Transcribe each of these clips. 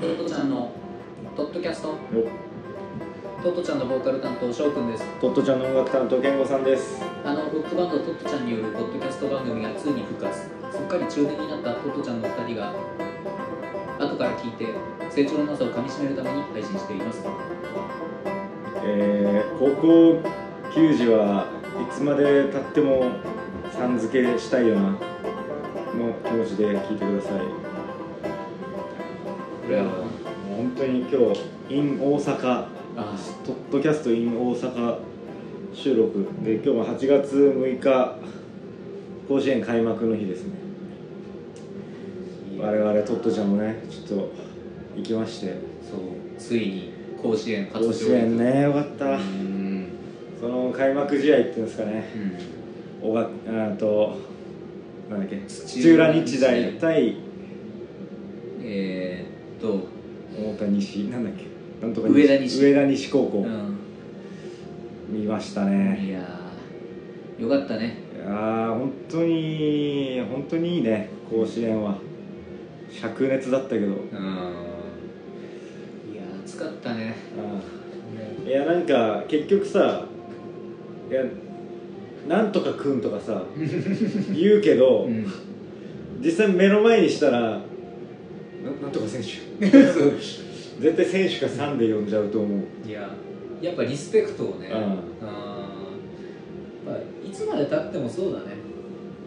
トットちゃんのトットキャストよトットちゃんのボーカル担当翔くんですトットちゃんの音楽担当健吾さんですあのロックバンドトットちゃんによるポッドキャスト番組がついに復活すっかり中年になったトットちゃんの2人が後から聞いて成長のなさをかみしめるために配信していますえー、高校球児はいつまでたってもさん付けしたいよなの気持ちで聞いてくださいこれはもう本当に今日 in 大阪あトッドキャスト in 大阪収録で今日も8月6日甲子園開幕の日ですね我々トットちゃんもねちょっと行きましてそうついに甲子園初甲子勝利園ねよかっうたんその開幕試合っていうんですかねうんおがあとなんだっけ土土浦浦日日大大対えー、っと、大田西なんだっけなんとか上田西上田西高う校、ん、見ましたいねやーよかったねいやー本当に本当にいいね甲子園は灼熱だったけどうんいやー暑かったねいやなんか結局さいやなんとかくんと かさ言うけど、うん実際目の前にしたらななんとか選手 絶対選手が3で呼んじゃうと思う、いややっぱリスペクトをねううんんやっぱいつまでたってもそうだね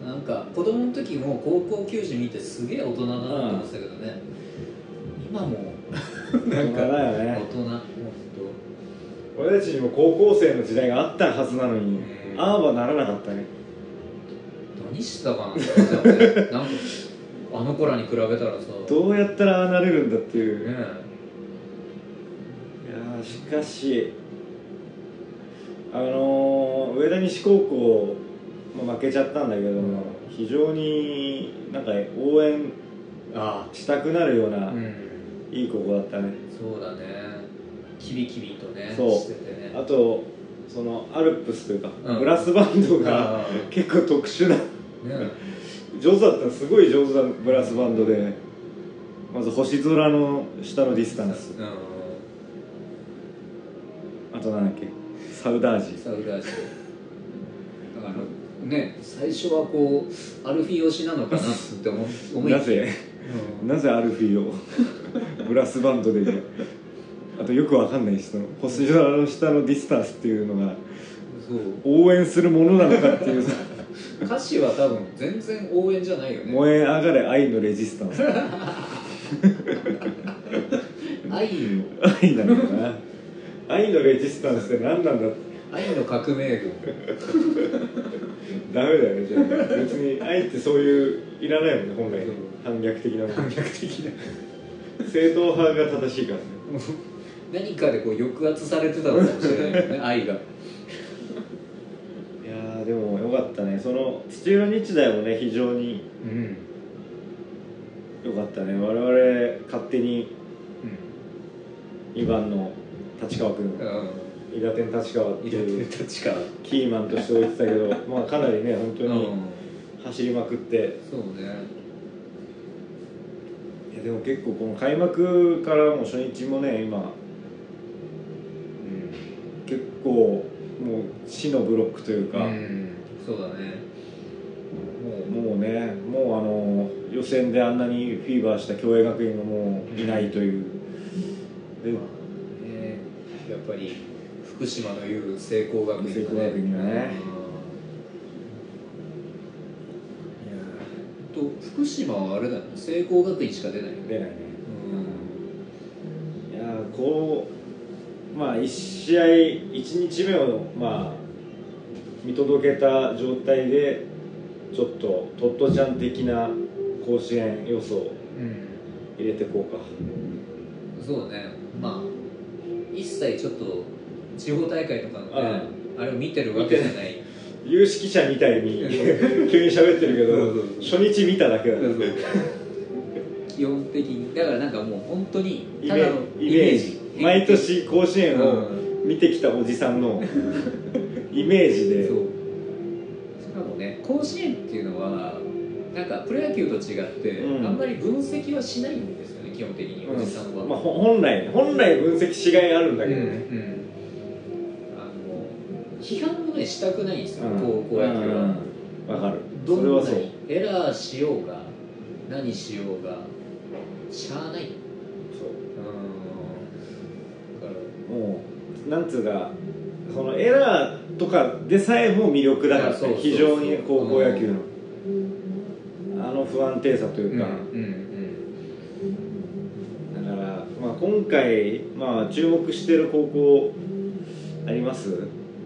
なんか子供の時も高校球児見てすげえ大人だなと思ってたけどね、今もなん大人かだよ大ね人もうほん俺たちにも高校生の時代があったはずなのに、うんああはならなかったねと何してたかなって思っちゃってなんかあの子らに比べたらさどうやったらああなれるんだっていう、ねいやーしかしあのー、上田西高校、まあ、負けちゃったんだけど、うん非常になんか応援あしたくなるようあな、うんいい高校だったねそうだねキビキビとねそうしててねあとそのアルプスというか、うんブラスバンドがあー結構特殊なね上手だったのすごい上手なブラスバンドでまず星空の下のディスタンスうあとなんだっけサウダーんジサウダージだからね最初はこうアルフィー推しなのかなって思思いなぜうんなぜアルフィーを ブラスバンドであとよくわかんないしその星空の下のディスタンスっていうのがそう応援するものなのかっていうさ歌詞は多分全然応援じゃないよね燃え上がれ愛のレジスタンス愛の愛なのかな愛のレジスタンスって何なんだ愛の革命軍ダメだよねじゃあ別に愛ってそういういらないもんね本来反逆的なも反の逆的な正統派が正しいからね 何かでこう抑圧されてたのかもしれないよ ね愛がいやーでもよかったねその土浦日大もね非常にうんよかったね我々勝手に2番の立川君う伊賀天立川ってんいやいう立川キーマンとして置いてたけ どまあかなりね本当うにん走りまくって、そうねいやでも結構この開幕からもう初日もね今結構もう死のブロックといううか、んそうだねももうねもうあの予選であんなにフィーバーした共栄学院がもういないという、うまあねやっぱり福島の言う聖光学院聖光学院がねうんと福島はあれだよね聖光学院しか出ないよでね出ないねうんいやーこうまあ1試合1日目をまあ見届けた状態でちょっとトットちゃん的な甲子園予想入れてこうかそうねまあ一切ちょっと地方大会とかのねあれを見てるわけじゃない有識者みた いに急に喋ってそうそうるけそど初日見ただけだね基本的にだからなんかもう本当にイたメだのージイメージ毎年甲子園を見てきたおじさんのイメージでそうしかもね甲子園っていうのはなんかプロ野球と違って、うんあんまり分析はしないんですよね基本的におじさんは、まあ、ほ本来本来分析しがいあるんだうんけうどね、んあの批判をねしたくないんですよ、うん高校野球は、うんわかるどそれはんそなうにエラーしようが何しようがしゃあないそうんだからうもうなんつうかそのエラーとかでさえも魅力だからねそうそうそう非常に高校野球の、あの不安定さというか、うんだから、まあ、今回、まあ、注目してる高校あります、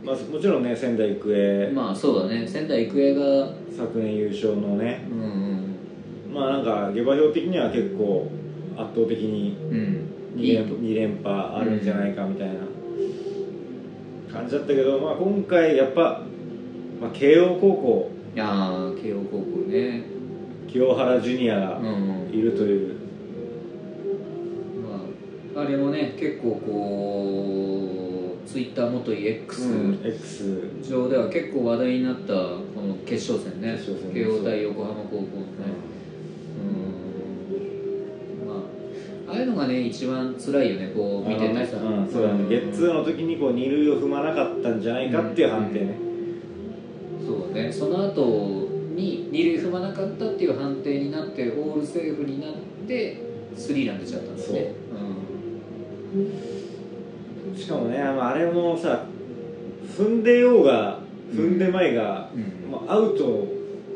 まあ、もちろんね仙台育う英、んまあそうだね仙台育英が昨年優勝のねうんまあなんか下馬評的には結構圧倒的にうんうん2いい連と二連覇あるんじゃないかみたいな感じだったけど、まあ、今回やっぱ、まあ、慶応高校いやー慶応高校ね清原ジュニアうがんいるという、まあ、あれもね結構こうツイッター元い X うん X 上では結構話題になったこの決勝戦ね決勝戦慶応対横浜高校のねうんまあああいうのがね一番辛いよねこう見てあのてねさ、うん、そうだね、ゲッツーの時にこう二塁を踏まなかったんじゃないかっていう判定ね、そうねその後に二塁踏まなかったっていう判定になってオールセーフになってスリーラン出ちゃったんですねしかもねあのあれもさ踏んでようが踏んでまいが、う、うんまあ、アウト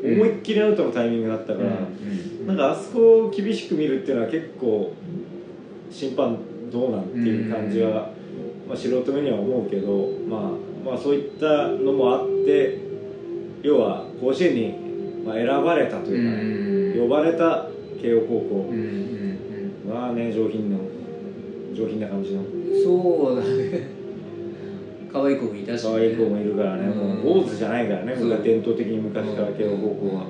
思いっきりアウトのタイミングだったうから、んなんかあそこを厳しく見るっていうのは結構審判どうなんっていう感じは、まあ、素人目には思うけど、まあ、まあそういったのもあって要は甲子園にまあ選ばれたとういうかね、ん呼ばれた慶応高うんうん校はね上品の上品な感じのうんそうだね可愛い子もいたし、可愛い子もいるからね、うんもう坊主じゃないからね、そう僕は伝統的に昔から慶応高校は。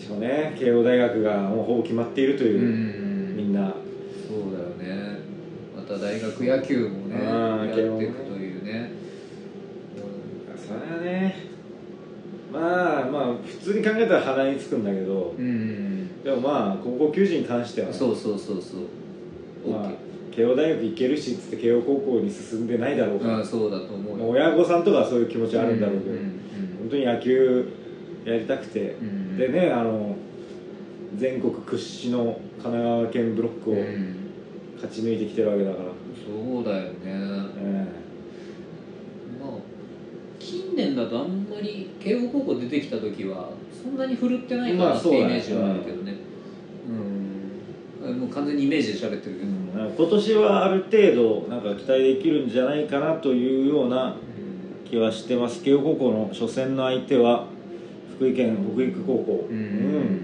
しかもね、慶応大学がもうほぼ決まっているとうんういう、みんんな、そうだよねまた大学野球もねあーやっていくというねそれはね、まあまあ、普通に考えたら鼻につくんだけど、うんうんでもまあ、高校球児に関してはね、そうそうそうそうまあ OK、慶応大学行けるしっつって、慶応高校に進んでないだろうから、あーそうだと思うまあよ親御さんとかはそういう気持ちあるんだろうけうど、ん本当に野球やりたくて。うんうんでねあの全国屈指の神奈川県ブロックうをん勝ち抜いてきてるわけだから、そうだよねえまあ近年だとあんまり慶応高校出てきた時はそんなに振るってないかまなあってそうイだねメージはあるけどね、うんもう完全にイメージで喋ってるけえど、うんなんか今年はある程度なんか期待できるんじゃないかなというような気はしてます慶応高校の初戦の相手は福井県北陸高校うん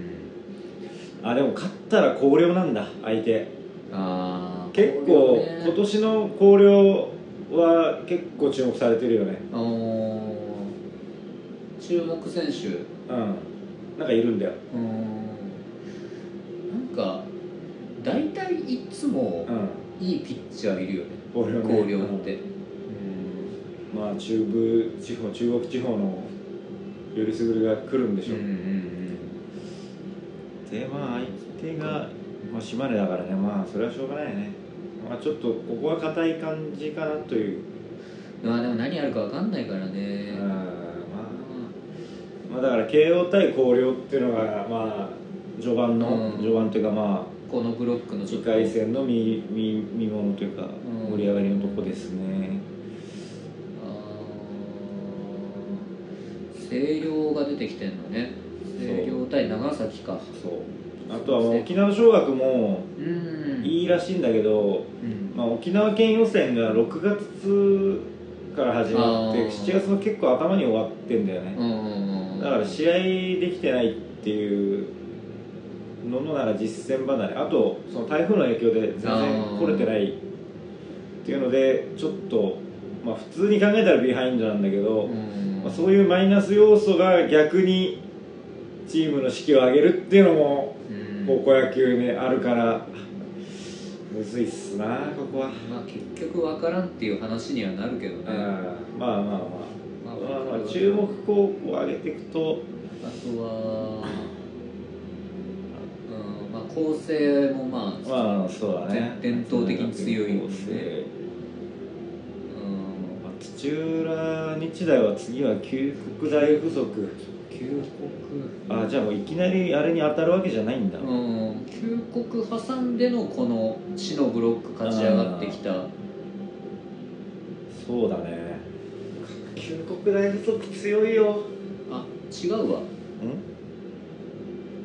あでも勝ったら広陵なんだ相手あー結こ構、れね今年の広陵は結構注目されてるよねあのー注目選手うんなんかいるんだようんなんか大体いつもうんいいピッチャーいるよね広ね広陵って、まあ中部地方中国地方のよりすぐりが来るんでしょう、でまあ相手が、まあ、島根だからねまあそれはしょうがないねまあちょっとここは硬い感じかなという、まあでも何やるか分かんないからうねん、まあ、まあだから慶応対広陵っていうのがまあ序盤の、うん序盤というかまあこのブロックのちょ次っと回戦の見見見ものというかん盛り上がりのとこですね、あー星稜が出てきてんのね星稜対長崎かそうあとはもう沖縄尚学もうんいいらしいんだけど、うんまあ、沖縄県予選が6月から始まってあー7月の結構頭に終わってんだようね、んうんうんだから試合できてないっていうののなら実戦離れあとその台風の影響で全あ然ー来れてないっていうのでちょっと、まあ、普通に考えたらビハインドなんだけど、うんまあ、そういうマイナス要素が逆にチームの士気を上げるっていうのもうん高校野球ねあるからむずいっすなここは。まあ結局分からんっていう話にはなるけどねまあまあままああ、まあまあ、注目高校を上げていくと、とはうんまあ構成もまあまあそうだね伝統的に強いんでまあ土浦日大は次は九国大付属旧あじゃあもういきなりあれに当たるわけじゃないんだ、国うん旧国挟んでのこの死のブロック勝ち上がってきたそうだね九国大付属強いよあ違うわうん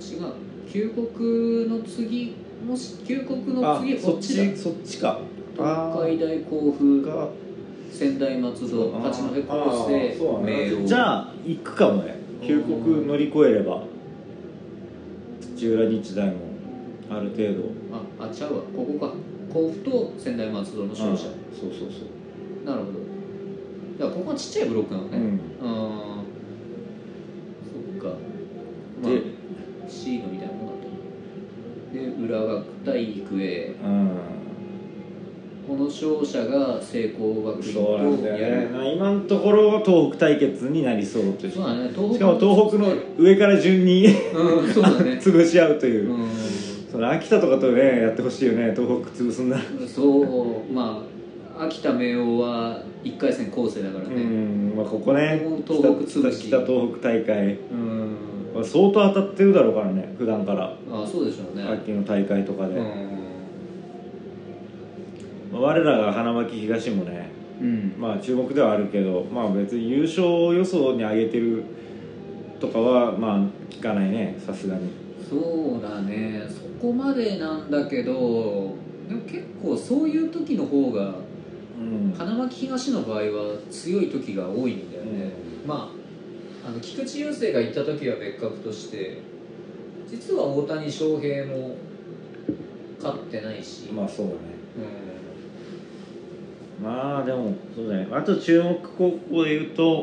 違う旧国の次もし旧国のあ次そこっっちだちそっちか東海大甲あー府が仙台松戸あー八戸あ高ーそ生うだ明ね桜じゃあ行くかもね旧国乗り越えれば土浦日大もある程度ああちゃうわここか甲府と仙台松戸の勝者うんそうそうそなるほどだからここはちっちゃいブロックなのう、うねんうーんそっかまであシードみたいなもんだったねで浦学対育英うんこの勝者が聖光学院そうなんとだやよねるまあ今のところは東北対決になりそうというしそうかだね東北も東北の上から順に うんそうだね潰し合うというう、んその秋田とかとねやってほしいよね東北潰すんだそうまあ秋田明桜は1回戦後世だからうねんまあここね東北潰し北北東北大会うんまあ相当当たってるだろうからね普段からあそうでしょうね秋の大会とかで、うまあ我らが花巻東もねん、まあ注目ではあるけどまあ別に優勝予想に上げてるとかはまあ聞かないねさすがにそうだねそこまでなんだけどでも結構そういう時の方がうん花巻東の場合は強い時が多いんだよね、まああの菊池雄星が行った時は別格として実は大谷翔平も勝ってないし、まあそうだねうまあでもそうだねあと注目高校で言うとん、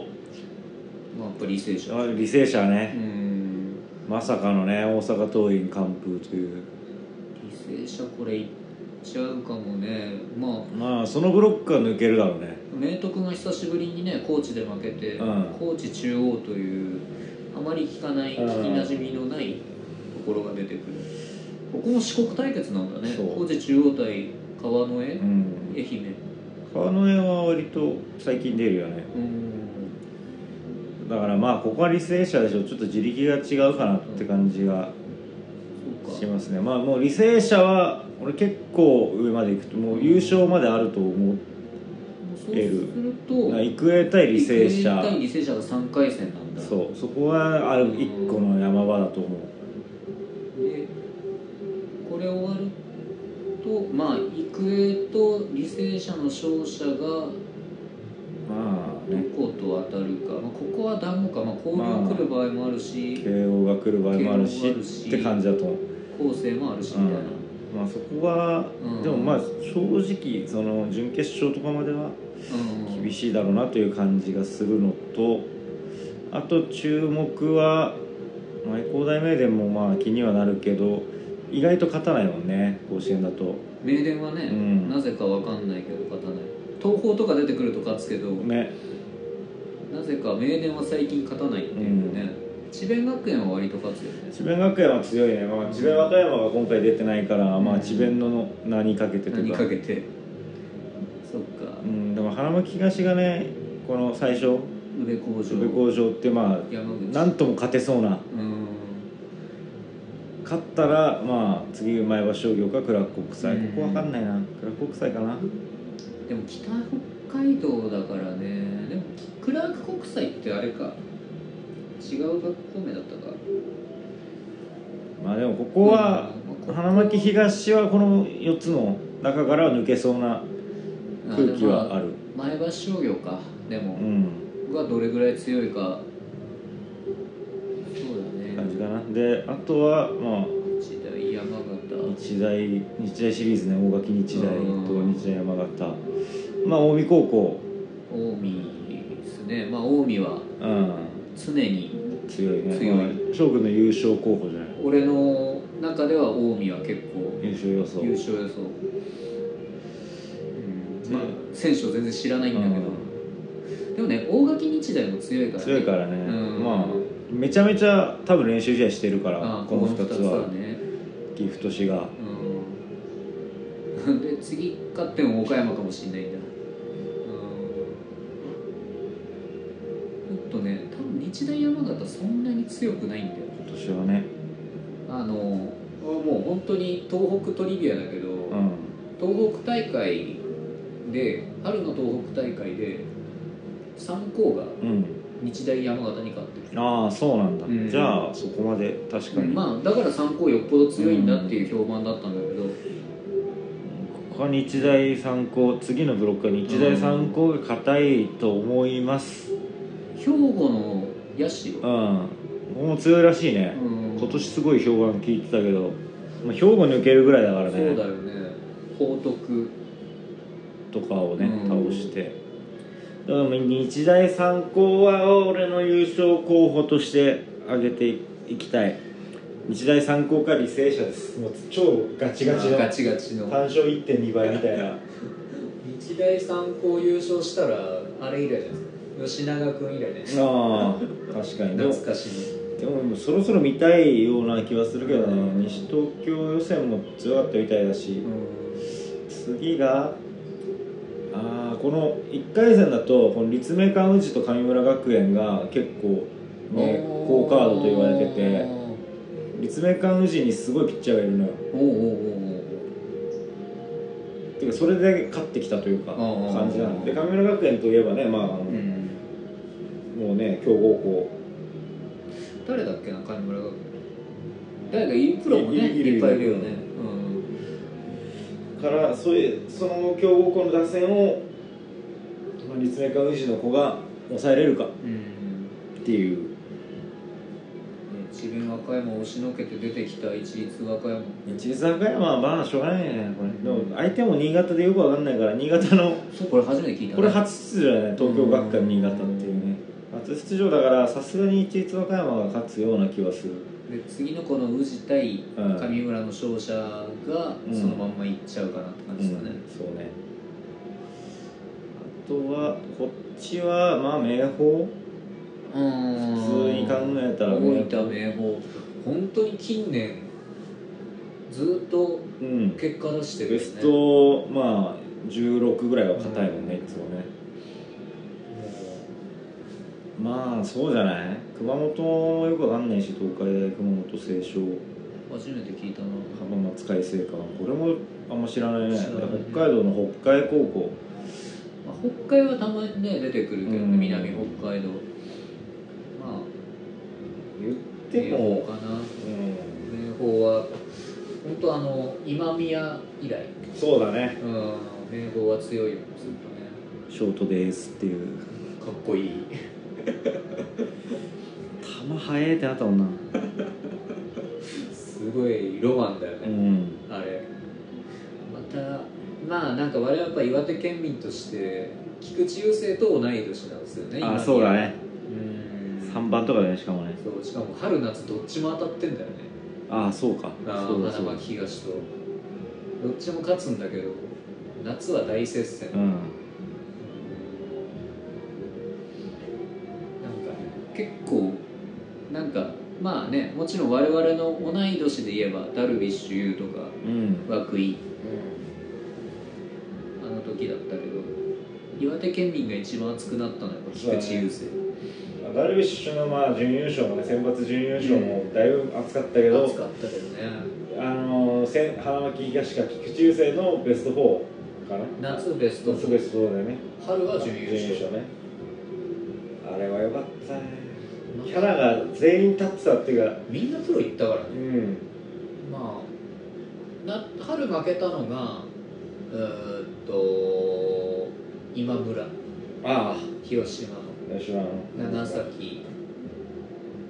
まあやっぱり履正社あ履正社うねんまさかのね大阪桐蔭完封という履正社これ行っちゃうかもねまあまあそのブロックは抜けるだろうね明徳が久しぶりにね高知で負けて、うん高知中央というあまり聞かないうん聞きなじみのないところが出てくるここも四国対決なんだねそう高知中央対川之江、うん愛媛川之江は割と最近出るよねうんだからまあここは履正社でしょちょっと自力が違うかなって感じがそうしかますねまあもう履正社は俺結構上まで行くともう優勝まであると思うそうするとだから育英対履正育英社対履正社が3回戦なんだそうそこはある一個の山場だと思うでこれ終わるとまあ育英と履正社の勝者がまあどねこと当たるか、まあ、ここは団子か、まあ、交流来る場合もあるし、慶応が来る場合もある慶応しもあるしって感じだと思う構成もあるしみたいな、まあそこは、うんでもまあ正直その準決勝とかまではうん厳しいだろうなという感じがするのとあと注目は愛工大名電もまあ気にはなるけど意外と勝たないもんね甲子園だと名電はね、うんなぜかわかんないけど勝たない東邦とか出てくると勝つけどねなぜか名電は最近勝たないっていうね、智弁学園は割と勝つよね智弁学園は強いね、まあ、智弁和歌山が今回出てないから、まあ智弁の名にかけてと何いうかかけてそっかうん、でも花巻東がねこの最初宇部工宇部場工場ってまあ山口なんとも勝てそうなうん勝ったらまあ次前橋商業かクラーク国際、うんここわかんないなクラーク国際かなでも北北海道だからねでもクラーク国際ってあれか違う学校名だったかまあでもここはうんまあここ花巻東はこの4つの中からは抜けそうな空気はあるまあ前橋商業かでうも、んがどれぐらい強いかそうだ感じねかなであとはまあ日大山形日大日大シリーズね大垣日大とうん日大山形まあ近江高校近江ですねまあ近江はうん常に強いね強いまあ翔くんの優勝候補じゃない俺の中では近江は結構優勝予想優勝予想、うんまあ選手を全然知らないんだけど、でもね大垣日大も強いからね強いからね、うんまあめちゃめちゃ多分練習試合してるからあこの2つはねギフト氏がうんで次勝っても岡山かもしれないんだうんちょっとね多分日大山形そんなに強くないんだよ今年はねあのもう本当に東北トリビアだけど、うん東北大会で春の東北大会で3校がうん日大山形に勝ってるああそうなんだ、うんじゃあそこまで確かに、まあだから3校よっぽど強いんだっていう評判だったんだけど、ここは日大三高次のブロックは日大三高が硬いと思います兵庫の野手うを、んここも強いらしいね、うん今年すごい評判聞いてたけど、まあ、兵庫抜けるぐらいだからそうだねよね報徳とかをねうん倒してだから日大三高は俺の優勝候補として挙げていきたい日大三高か履正社ですもう超ガチガチガの単チガチの勝1.2倍みたいな日大三高優勝したらあれ以来じゃないですか吉永君以来ですああ確かにでも懐かしいでももうそろそろ見たいような気はするけどね西東京予選も強かったみたいだし次があーこの1回戦だとこの立命館宇治と神村学園が結構ね好カードと言われてて立命館宇治にすごいピッチャーがいるのよおおおてかそれで勝ってきたというかあー感じなので神村学園といえばねまああの、おおうんもうね強豪校誰だっけな金村学園誰かいるプロもねいいるいるいっぱいいるよねいるうんからそういうその強豪校の打線をまあ立命館宇治の子が抑えれるかっうんていうね智弁和歌山を押しのけて出てきた一律和歌山一律和歌山はまあしょうがないねこれでも相手も新潟でよくわかんないから新潟のそうこれ初めて聞いたねこれ初出場だね東京学科新潟っていうね初出場だからさすがに一律和歌山が勝つような気はするで次のこの宇治対うん神村の勝者がうんそのまんまいっちゃうかなって感じですかね、そうねあとはこっちはまあ明豊うん普通に考えたら大分明豊本当に近年ずっとうん結果出してるよベねストまあ16ぐらいは硬いもんねいうんつもねまあそうじゃない熊本もよくわかんないし東海大熊本清少初めて聞いたな浜松開誠館これもあんま知らないね知らないね北海道の北海高校まあ、北海はたまにね出てくるけどね、うん南北海道まあ言って明も豊かなう明豊は本当あの今宮以来んそうだねうん明豊は強いよずっとねショートでーすっていうかっこいい球速えってなったもんなすごいロマンだようね、んあれまたまあなんか我々やっぱ岩手県民として菊池雄星と同い年なんですよね今あそうだねうん3番とかだねしかもねそうしかも春夏どっちも当たってんだよねああそうかあそうだ花そうだ巻東とどっちも勝つんだけど夏は大接戦、うなんかんね結構なんかまあねもちろん我々の同い年で言えばダルビッシュ有とかうん涌井あの時だったけど岩手県民が一番熱くなったのはやっぱ菊池雄星ダルビッシュのまあ準優勝もね選抜準優勝もだいぶ熱かったけ熱かったけどねあのせん花巻東か菊池雄星のベスト4かな夏ベストベスト4だよね春は準優勝ねあれは良かったねキャラが全員立ってたっていうかみんなプロ行ったからねうんまあな春負けたのがうーっと今村ああ広島の吉野長崎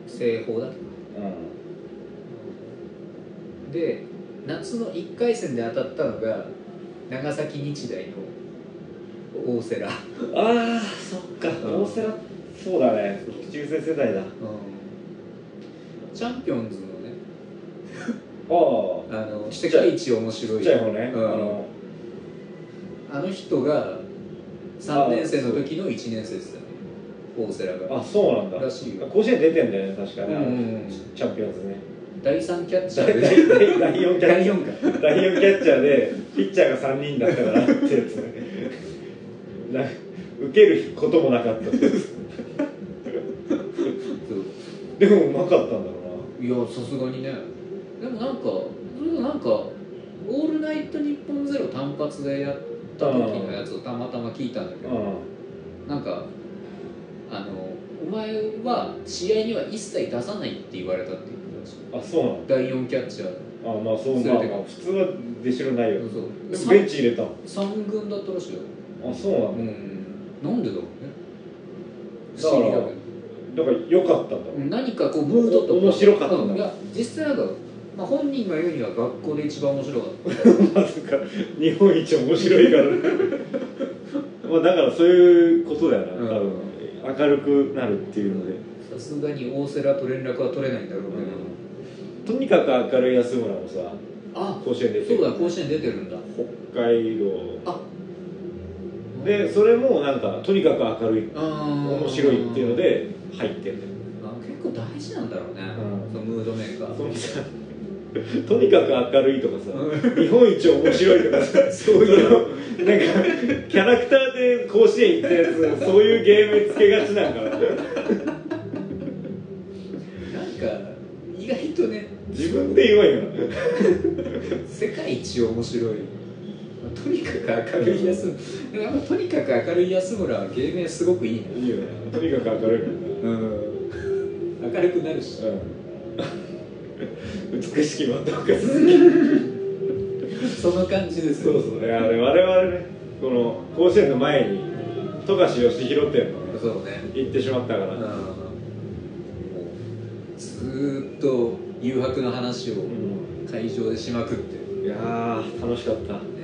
西邦だっうけで夏の1回戦で当たったのが長崎日大の大瀬良んああそっかうん大瀬良そうだね菊池雄星世代だあチャンピオンズのねああのち世っちゃい界一面白ちっちゃいい方ねあうんのあの人が3年生の時の1年生ですよね大瀬良があそうなんだらしいよ甲子園出てんだよね確かね、うんうんうんチャンピオンズね第3キャッチャ第ー4でキャッ第チャ4かー 第4キャッチャーでピッチャーが3人だったからってやつねな受けることもなかったってやつそうでもうまかったんだろいやさすがにねでもなんかそれがなんか「オールナイトニッポンゼロ単発でやった時のやつをたまたま聞いたんだけうなどなんかあの「お前は試合には一切出さない」って言われたって言ってたらしいうんあそうな第4キャッチャーのあまあそうまあまあ普通は出しろないよそうでもさベンチ入れたの三軍だったらしいよあそうなうのんなんでだろうねだか不ら思議だけどだから良かったんだろう、うん何かこうムードとか面白かったんだうんいや実際なんか、まあ、本人が言うには学校で一番面白かったまさか日本一面白いからまあだからそういうことだよな、うん多分明るくなるっていうので、さすがに大瀬良と連絡は取れないんだろうけど、とにかく明るい安村もさあ甲子園出てそうだ甲子園出てるんだ北海道あでそれもなんかとにかく明るい面面白いっていうので入ってるんあ結構大事なんだろうね、うんそのムードメーカだよーそのさ とにかく明るいとかさう日本一面白いとかさそういうなんかキャラクターで甲子園行ったやつそういうゲームつけがちなんかななんか意外とね自分で言わんよな世界一面白いとにかく明るい安村でもやっぱとにかく明るい安村は芸名すごくいいねいいよなとにかく明るいからうなん明るくなるしうん、美しきまたかその感じですそうそういやで我々ねこの甲子園の前に富樫義弘店のねそうね行ってしまったから、うんもうずーっと誘惑の話をうん会場でしまくっていやー楽しかったなんね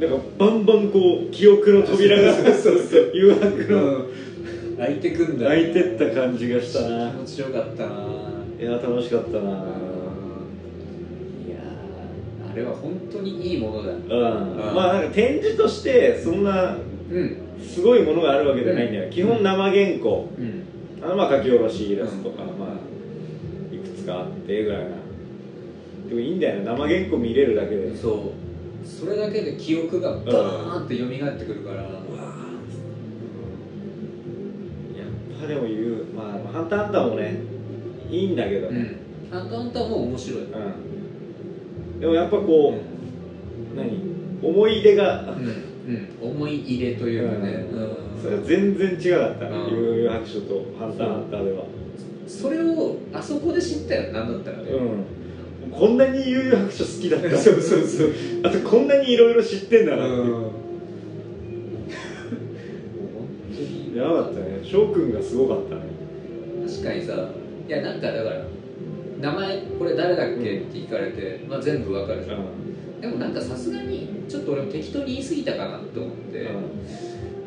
かバンバンこう記憶の扉 がそうそう誘惑のうん開いてくんだ開いてった感じがしたな気持ちよかったなうんいやー楽しかったないやーあれは本当にいいものだうんまあなんか展示としてそんなうんすごいものがあるわけじゃないんだよ、基本生原稿、うんあのまあ書き下ろしイラストとか、まあいくつかあってぐらいなでもいいんだよね生原稿見れるだけでそうそれだけで記憶がバーンって蘇ってくるからうわーやっぱでも言うまあ「ハンターハンター」もねいいんだけど、ううんんあんたあんたも面白いでもやっぱこう、何思い出が、うんうん思い入れというかねうんそれは全然違かったうん悠々白書と「ハンターハンター」ではそれをあそこで知ったよなんだったらねうんこんなに悠々白書好きだっ たそうそうそうあとこんなにいろいろ知ってんだなっていう、もう本当にやばかったね翔くんがすごかったね 確かにさいやなんかだから名前これ誰だっけって聞かれて、まあ、全部わかるじゃんうでもなんかさすがにちょっと俺も適当に言い過ぎたかなって思って、ん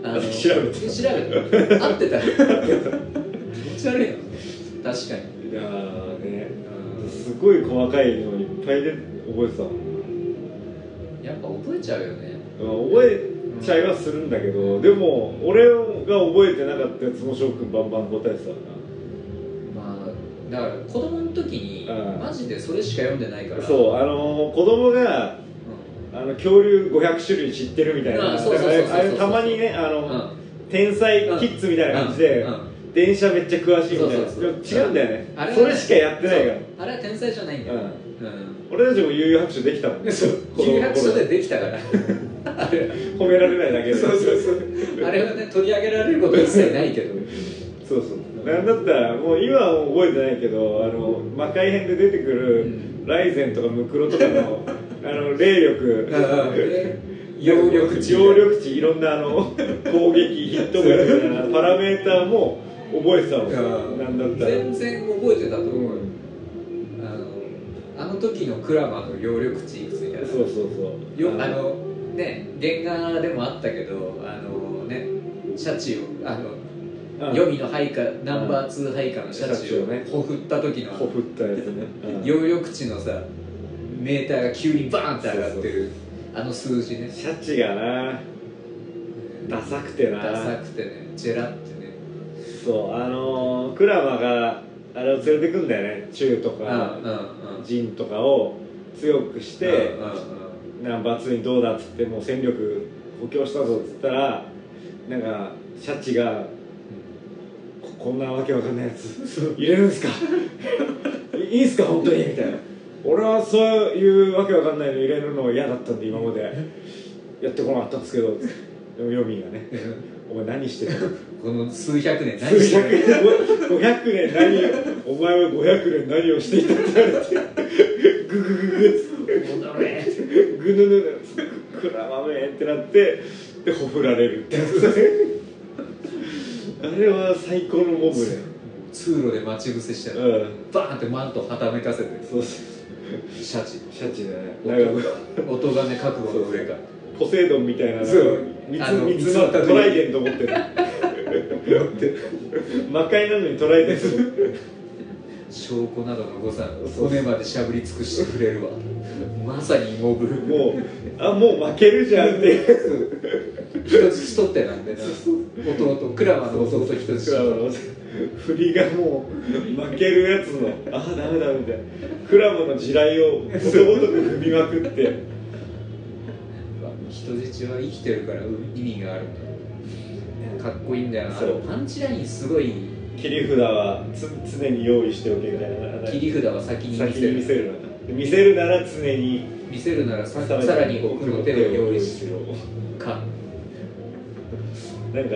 あの調べて調べて合ってた気持ち悪いな確かにいやーねすごい細かいのいっぱいで覚えてたもんやっぱ覚えちゃうよねまあ覚えちゃいはするんだけど、でも俺が覚えてなかったやつも翔くんバンバン答えてたかまあだから子供の時にうんマジでそれしか読んでないかららそうあのー子供があの恐竜500種類知ってるみたいなうんそうそうそうそうそうあれたまにねあうの、ん、うん天才キッズみたいな感じで、うんうん電車めっちゃ詳しいみたいなそうそうそうでも違うんだよね、あれはねそれしかやってないからそうあれは天才じゃないんだよ、うんうん俺たちも悠々白書できたもんねそう子供有の頃楽書でできたからあれ褒められないだけでそうそうそうあれはね取り上げられること一切ないけどそうそうなんだったらもう今は覚えてないけどあの魔界編で出てくる、うんライゼンとかムクロとか のあの霊力 揚力値揚力値いろんなあの攻撃ヒット力みたいなパラメーターも覚えてたもんなんだったら全然覚えてたとう思うよ、んあのあの時のクラマの揚力値いくつみたいなそうそうそうよあのね原画でもあったけどあのねシャチをあのうん予備の配下ナンバー2配下のシャチシャチをねをほふった時のほふったやつね、うん揚力値のさメーターが急にバーンって上がってるあの数字ねシャチがなダサくてなダサくてねジェラってねそうあのークラマがあれを連れてくんだよねチューとうんかうんうんジンとかを強くしてうんうんなんかバツにどうだっつってもう戦力補強したぞっつったらなんかシャチがここんなわけわかんないや つ入れるんすか いいいんすか本当に みたいな俺はそういうわけわかんないの入れるの嫌だったんで今までやってこなかったんですけどでもヨミンがね 「お前何してるの?」この数百年何してる500年何をお前は500年何をしていたって言われてグググ戻れグググヌヌヌクラマメってなってでほふられるってやつあれは最高のモブね通路で待ち伏せしてる、うんバーンってマントをはためかせてそうシャチシャチだねなんか音がね覚悟の上かポセイドンみたいなそう三あのつ三つの三つのトライデント持ってる魔界なのにトライデント証拠など残さぬそう骨までしゃぶり尽くしてくれるわまさにモブもうあもう負けるじゃんって人質取ってなんでな弟クラマの弟人質クラマの振りがもう負けるやつのああダメだみたいなクラマの地雷をことごとく踏みまくって人質は生きてるから意味があるんだかっこいいんだよなそうあのパンチラインすごい切り札はつ常に用意しておけみたいな切り札は先に見先せにる見せるな見せるなら常に見せるならささらに奥の手を用意しろかなんか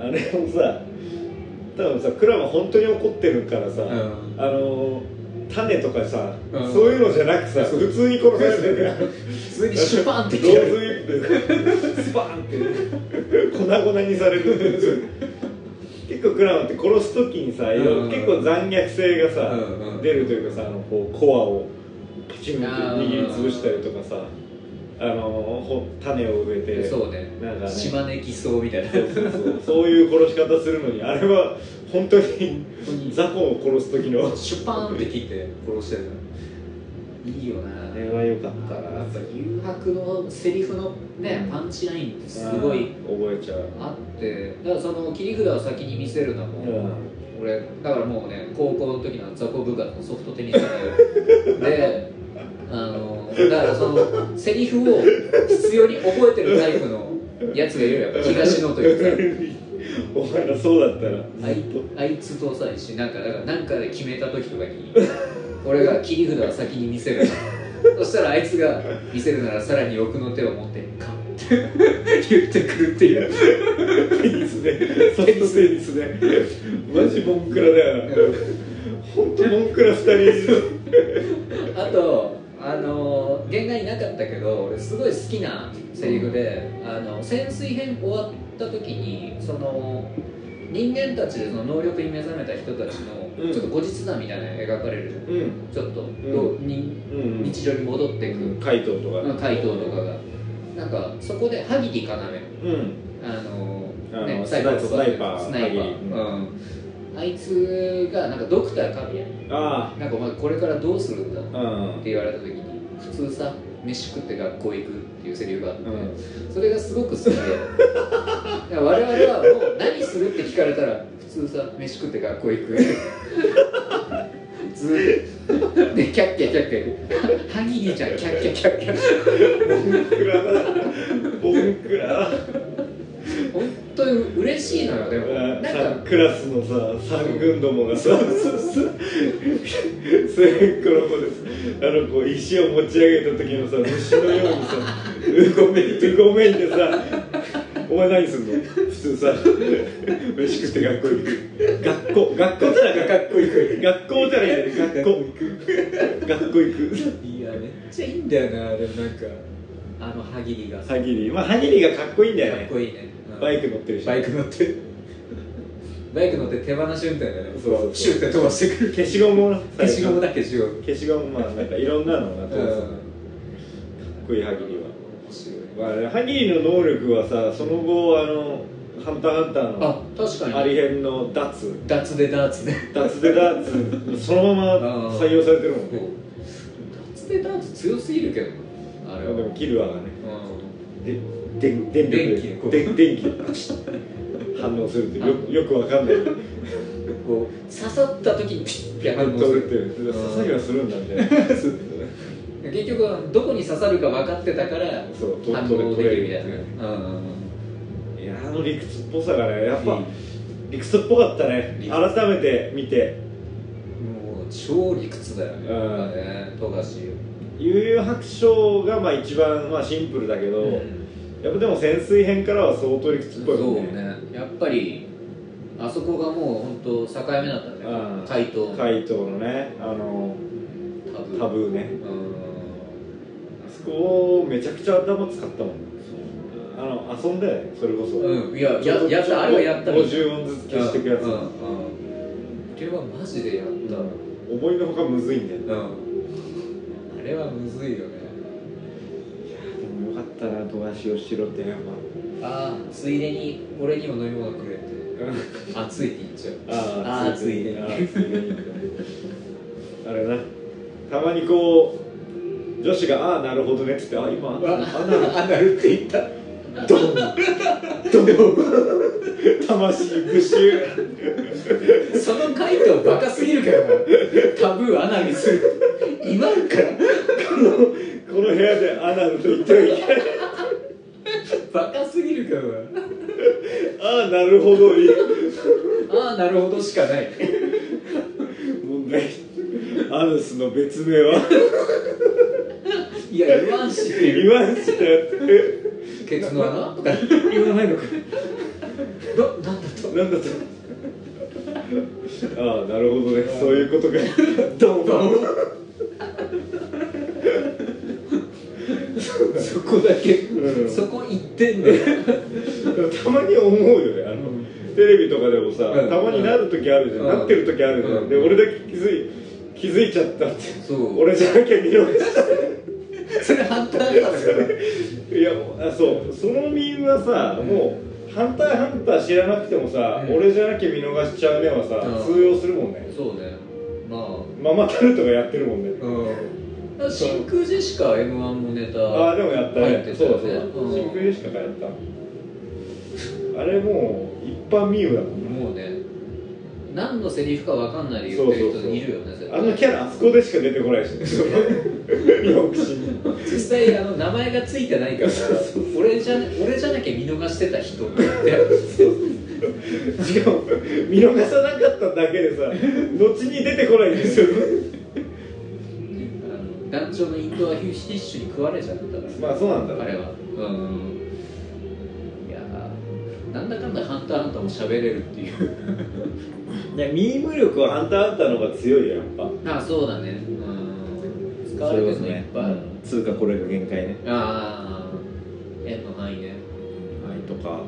あれもさ多分さクラマ本当に怒ってるからさ、んあのー種とかさ、うんそういうのじゃなくさ普通に殺されてるから普通にシュパンってロ切られーるズイップスパーン って粉々にされる結構クラマって殺す時にさ、いろうん結構残虐性がさ、うんうん出るというかさあのこうコアをパチンって握り潰したりとかさあのほ種を植えてそうねなんかね島根偽装みたいなそうそうそうそういう殺し方するのにあれは本当に本当に雑魚を殺す時のシュパンって切って殺してるいいよな あれは良かったなやっぱ誘惑のセリフのねパンチラインってすごい覚えちゃうあってだからその切り札を先に見せるのも、う俺だからもうね高校の時の雑魚部活のソフトテニス部であのだからそのセリフを必要に覚えてるタイプのやつがいるよやっぱ東野というかお前らそうだったらあいずっとあいつとさ一緒になんかだからなんかで決めた時とかに俺が切り札を先に見せるそしたらあいつが見せるならさらに奥の手を持ってカンって 言ってくるっていうテニスね、ソフトテニスね、マジボンクラだよな、本当ボンクラ2人、あとあの現代になかったけど俺すごい好きなセリフで、あの潜水編終わった時にその人間たちでその能力に目覚めた人たちうんのちょっと後日談みたいなのが描かれるじゃんうん、ちょっと、んどうにうん、日常に戻っていく回答とか、回答とかがなんかそこで萩木要うん、あのあのねスナイとかスナイパースナイパー、萩うん、あいつがなんかドクター神谷あなんかお前これからどうするんだあ、うんって言われた時に普通さ飯食って学校行くっていうセリフがあって、うんそれがすごく好 きでいや我々はもう何するって聞かれたら普通さ飯食って学校 行くずーっとでキャッキャキャッキャ萩木ちゃんキャッキャキャッキャボンクラだ、ボンクラ本当に嬉しいのよでもなだ、んさかクラスのさ、三軍どもがさ、末っ子の子です、あのこう石を持ち上げた時のさ、虫のようにさ、うごめん、うごめんでさ、お前何すんの普通さ、飯食って学校行く。学校、学校じゃなく学校行く。学校じゃなくて、学校行く。学校行く。いやめっちゃいいんだよなでもなんかあの萩木がかハギリ、まあハギリがかっこいいんだよっね。こいいね、うんバイク乗ってるし。バイク乗ってバイク乗って手放し運転だよねそうそうそうシュッて飛ばしてくる消しゴムをな消しゴムだけしゴム消しゴムまあなんかいろんなのがうんかっこいいハギリは、面白いまああれ、ハギリの能力はさその後あの「ハンターハンター」あの確かにアリ編のダツダツでダーツねダツでダーツそのまま採用されてるもんねダツでダーツ強すぎるけどあれでもはキルアがねうんで電電力で電気でこうで電気で反応するってよよくわかんないこう刺さった時にピッて反応す取るれてる刺さりはするんだみたいな結局どこに刺さるか分かってたからそう取反れ取応れできるみ取たれいなうんうんうんいやあの理屈っぽさがねやっうぱん理屈っぽかったね理屈改めて見てもう超理屈だよねうんなんかね富樫悠々白書がまあ一番まあシンプルだけど、うんやっぱでも潜水編からは相当理屈っぽいそもうんねやっぱりあそこがもう本当境目だったうねん回答怪盗のねあのタブタブーねうんあそこをめちゃくちゃ頭使ったもんあの遊んだよねそれこそ、うんいやややったあれはやったみたい50音ずつ消していくやつ、うんうんうんあれはマジでやった思いのほかむずいんだよねうんあれはむずいよねでもよかったな富樫をしろってやっぱああついでに俺にも飲み物くれって熱いって言っちゃうああーついでにあーついでにあれなたまにこう女子が「ああなるほどね」っつって「あ今ああなるあなるって言ったドンドン魂ぐしゅその回答バカすぎるからなタブーアナルにする今からこの部屋で「あなる」と言ってはいけないバカすぎるから「ああなるほど」になああなるほどしかない問題アヌスの別名はいや言わんしっていう言わんしだってケツの穴とか言わないのかどなんだとなんだとああなるほどねそういうことかドンそこだけうんそこ一点でたまに思うよねあの、テレビとかでもさ、うんたまになる時あるじゃうん、んなってる時あるじゃん、うんで俺だけ気づい気づいちゃったってそう俺じゃなきゃ見ろっそれ反対だったからていやもうあそうそのミームはさ、うんもう反対反対知らなくてもさ、うん俺じゃなきゃ見逃しちゃうねはさ、うん通用するもんねそうねまあママタルトがやってるもんね、うんだから真空ジェシカ m 1もネタああでもやったね入ってたねそうだそうだ、うん真空ジェシカがやったあれもう一般ミームだもんもうね何のセリフか分かんないで言ってる人いるよね絶対あのキャラあそこでしか出てこ ないしね日本屈指に実際あの名前がついてないから俺じゃ俺じゃなきゃ見逃してた人って言ってしかも見逃さなかっただけでさ後に出てこないんですよあの団長のインドアヒューシッシュに食われちゃってたからまあそうなんだあれはうんいやーなんだかんだ「ハンターハンター」も喋れるっていうねミーム力はハンターハンターの方が強いよやっぱあそうだねうん使われてるのいっぱいある通貨これが限界ねああ円の範囲ねはいとか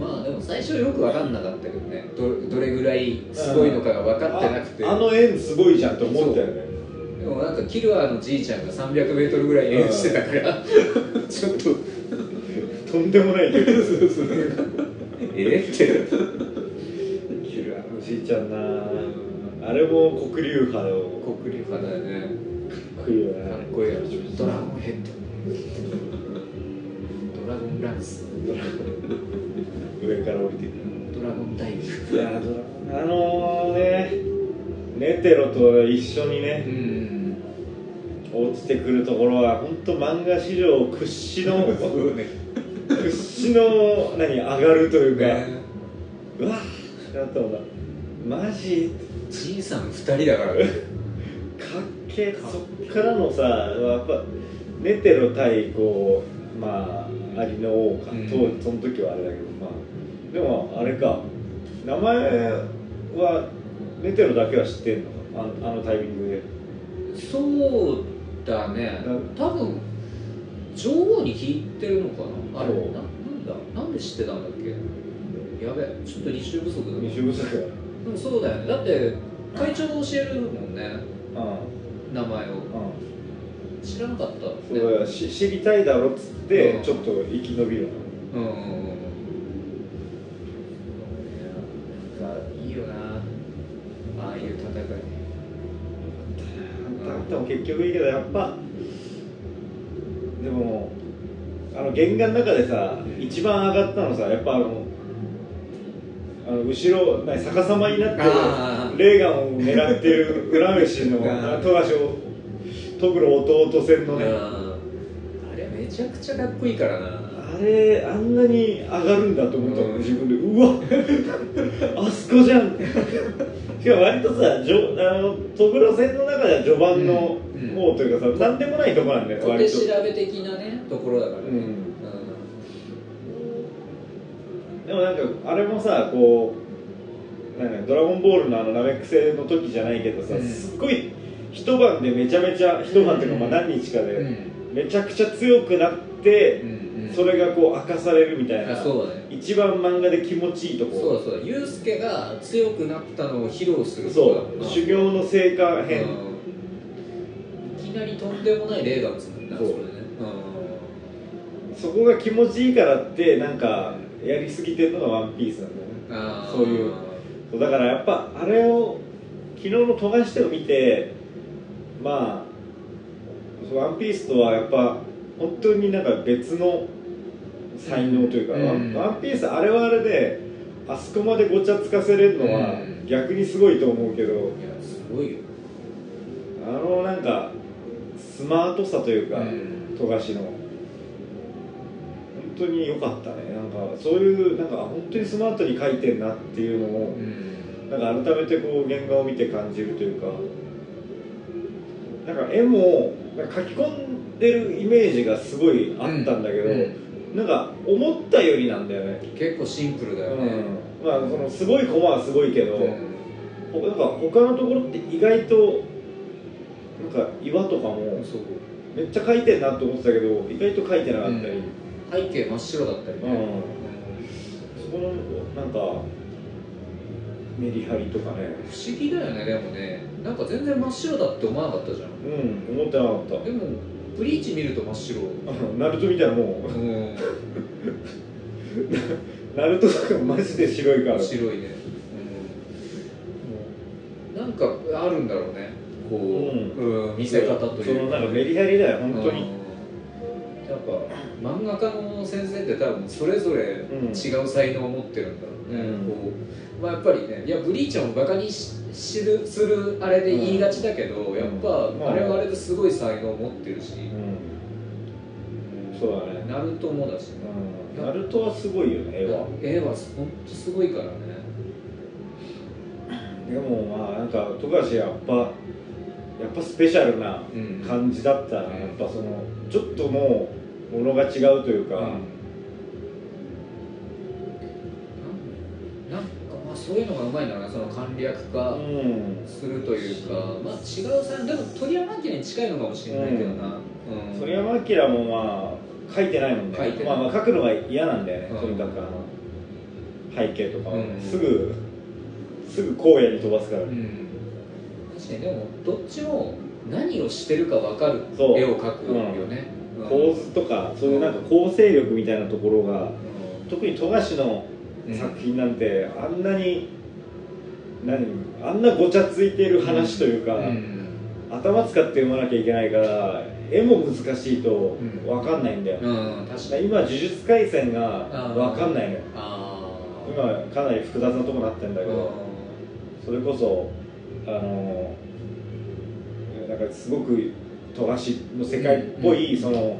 まあでも最初よく分かんなかったけどねどどれぐらいすごいのかが分かってなくてああの円すごいじゃんと思ったよねでもなんかキルアーのじいちゃんが 300m ぐらい演してたからちょっととんでも ないけどえってキルアのじいちゃんなあれも黒竜派を黒竜派だよね黒いよかっねこいいやろドラゴンヘッドドラゴンランス上から降りてくるドラゴンダイブいやあのねネテロと一緒にね、うん落ちてくるところは本当漫画史上屈指のね屈指の何上がるというか、ねうわーってなったもんだマジじいさん2人だからねかっけえかっそっからのさやっぱネテロ対こうまあアリの王か、うんとその時はあれだけどまあでもあれか名前はネテロだけは知ってんのかあのあのタイミングそうだね多分女王に聞いてるのかなあれそうななんだなんで知ってたんだっけやべえちょっと履修不足だでな二週不足だでもそうだよねだって会長が教えるもんねうん名前をうん知らなかったそうだからし知りたいだろっつって、うんちょっと生き延びるのうんうんうんなんかいいよなああいう戦いあんたあんたも結局いいけどやっぱでもああの原画の中でさ一番上がったのさやっぱあのあの後ろ何逆さまになってあーレーガンを狙ってる浦飯のあーあの富樫をトグロ弟戦のねあれめちゃくちゃかっこいいからなあれあんなに上がるんだと思ったもん、 うん自分でうわあそこじゃん しかも割とさじょあのトグロ戦の中では序盤のうんうん方というかさ、なん、何でもないとこなんだよ小割手と調。べ的なねところだからうね、んうでもなんかあれもさこうなんかドラゴンボールのあのナメック星の時じゃないけどさ、うんすっごい一晩でめちゃめちゃ一晩っていうかまあ何日かんでめちゃくちゃ強くなって、うんうんそれがこう明かされるみたいあなそうだね一番漫画で気持ちいいとこそうだそうだユースケが強くなったのを披露するそとこだもんうな修行の成果編、うんいきなりとんでもない霊が打つんだなそうれねそこが気持ちいいからってなんかやりすぎてるのが「ワンピースなんだよねうんあーそういうそうだからやっぱあれを昨日の富樫してを見てまあ「ワンピースとはやっぱ本当になんか別の才能というか「うんワンワンピースあれはあれであそこまでごちゃつかせれるのうはん逆にすごいと思うけどいやすごいよあのなんかスマートさというかうん富樫の本当に良かったねなんかそういうなんか本当にスマートに書いてんなっていうのをうんなんか改めてこう原画を見て感じるというかなんか絵もなんか書き込んでるイメージがすごいあったんだけど、うんなんか思ったよりなんだよね、結構シンプルだうよんねまあ、そのすごいコマはすごいけど、うんほなんか他のところって意外となんか岩とかもそうめっちゃ描いてんなと思ってたけど意外と描いてなかったり、背景真っ白だったりうねんそこのなんかメリハリとかね不思議だよねでもねなんか全然真っ白だって思わなかったじゃんうん思ってなかったでもブリーチ見ると真っ白ナルトみたいなもんうんナルトとかマジで白いから面白いね、うん、なんかあるんだろうねこう、うん見せ方というかそのなんかメリハリだよ本当に、うんやっぱ漫画家の先生って多分それぞれうん違う才能を持ってるんだろうね、うんこうまあ、やっぱりねいやブリーチャーもバカにしするするあれで言いがちだけど、やっうんぱまああれはあれですごい才能を持ってるし、うんそうだねナルトもだしねうんナルトはすごいよね絵は絵は本当すごいからねでもまあなんか富樫やっぱやっぱスペシャルなうん感じだったな、うんやっぱそのちょっともうものが違うというか、なんかまあそういうのがうまいんだろうなその簡略化うんするというか、まあ違うさでも鳥山明に近いのかもしれないけどな、うん鳥山明もまあ書いてないもんね書いてないまあ、まあ書くのが嫌なんだよね、うんとにかくあの背景とかは、うんすぐすぐ荒野に飛ばすから、うん確かにでもどっちも何をしてるか分かるそう絵を描くよね、うん構図とかそういうなんか構成力みたいなところが特に富樫のうん作品なんて、あんなに何あんなごちゃついてる話というか、うん頭使って読まなきゃいけないから絵も難しいとうん分かんないんだよ、うん確かに今「呪術廻戦」があー分かんないのよあー今かなり複雑なとこなってんだけど、それこそあのーなんかすごく富樫の世界っぽい、その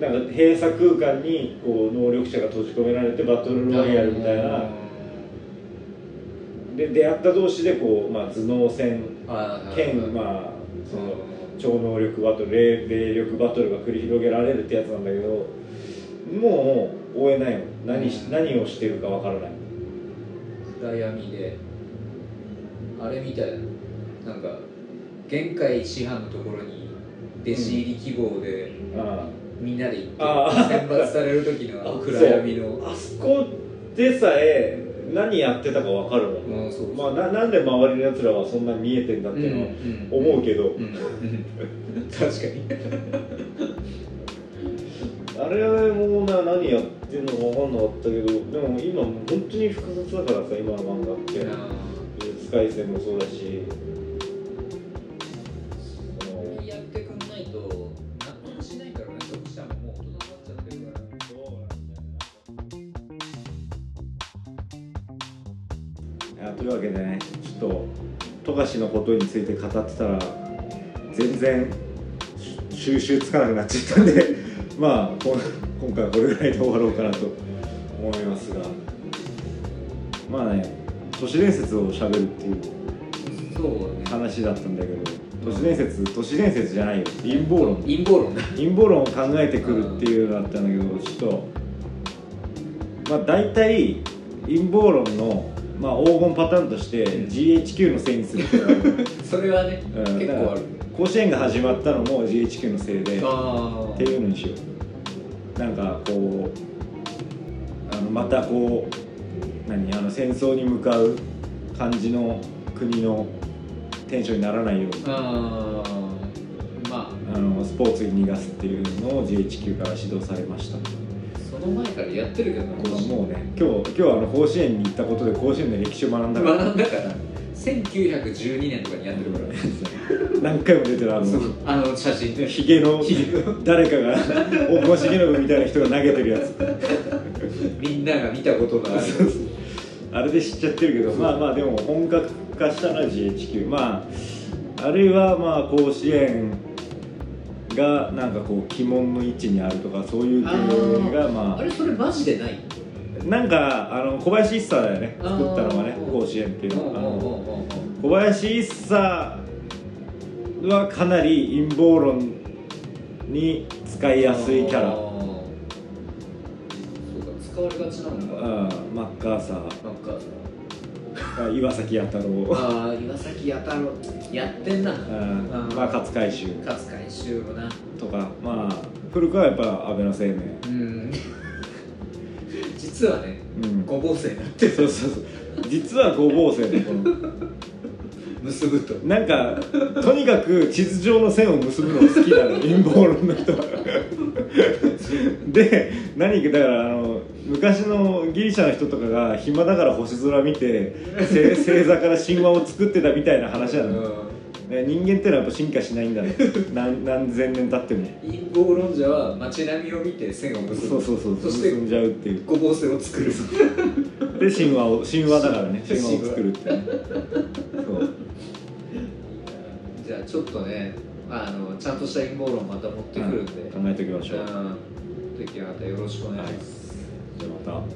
なんか閉鎖空間にこう能力者が閉じ込められてバトルロイヤルみたいなで出会った同士でこう、まあ、頭脳戦あー兼あまあそのうん超能力バトル霊霊力バトルが繰り広げられるってやつなんだけどもう追えないの何し何をしてるかわからない暗闇であれみたいななんか玄海師範のところに弟子入り希望であみんなで行ってあー選抜される時のあのあ暗闇のああそこでさえ何やってたかわかるもんうんそうまあ、ななんで周りのやつらはそんなに見えてんだっていうのは思うけど、うんうん確かにあれもな何やってんのか分かんなかったけどでも今もう本当に複雑だからさ今の漫画って「呪術廻戦」もそうだしそのやってくんないと納得しないからね読者ももう大人になっちゃってるからやというわけでねちょっと富樫のことについて語ってたら全然し収集つかなくなっちゃったんで まあこん今回はこれぐらいで終わろうかなと思いますがまあね都市伝説をしゃべるっていうそうね話だったんだけど都市伝説都市伝説じゃないよ陰謀論陰謀論ね陰謀論を考えてくるっていうのだったんだけどちょっとまあ大体陰謀論の、まあ、黄金パターンとしてうん GHQ のせいにするって いうのがあるそれはね、うん結構ある甲子園が始まったのも GHQ のせいでっあていうのにしようなんかこうあのまたこう何あの戦争に向かう感じの国のテンションにならないようにああーまあのスポーツに逃がすっていうのを GHQ から指導されましたあその前からやってるけどなこれはもうね今日今日はあの甲子園に行ったことで甲子園の歴史を学んだから学んだから1912年とかにやってるからね何回も出てるあそうのあの写真ねひげのひげを誰かが大久保重信みたいな人が投げてるやつみんなが見たことのあるあれで知っちゃってるけどまあまあでも本格化したのは GHQ まああるいはまあ甲子園がなんかこう鬼門の位置にあるとかそういう国がまああれそれマジでないなんかあの小林一茶だよねあ作ーったのはね甲子園っていうおうのはあおうおうのおう小林一茶はかなり陰謀論に使いやすいキャあラーそうか使われがちなのかうんマッカーサなんかー岩崎弥太郎ああ岩崎弥太郎やってんなうんーまあ勝海舟勝海舟もなとかまあ古くはやっぱ安倍の生命うん 実はねうんごぼう生だってそうそうそう実は五芒星のこの結ぶとなんかとにかく地図上の線を結ぶのが好きな の陰謀論の人はで何かだからあの昔のギリシャの人とかが暇だから星空見て せ星座から神話を作ってたみたいな話なの、うね人間ってのはやっぱ進化しないんだね何何千年経ってもん陰謀論者は街並みを見て線を結ぶそうそうそうそし進んてじゃうっていうごぼう星を作るで神話を神話だからね神神話話を作るってね そうじゃあちょっとねあのちゃんとした陰謀論また持ってくるんで、考えておきましょううん時はまたよろしくお願いします、じゃあまた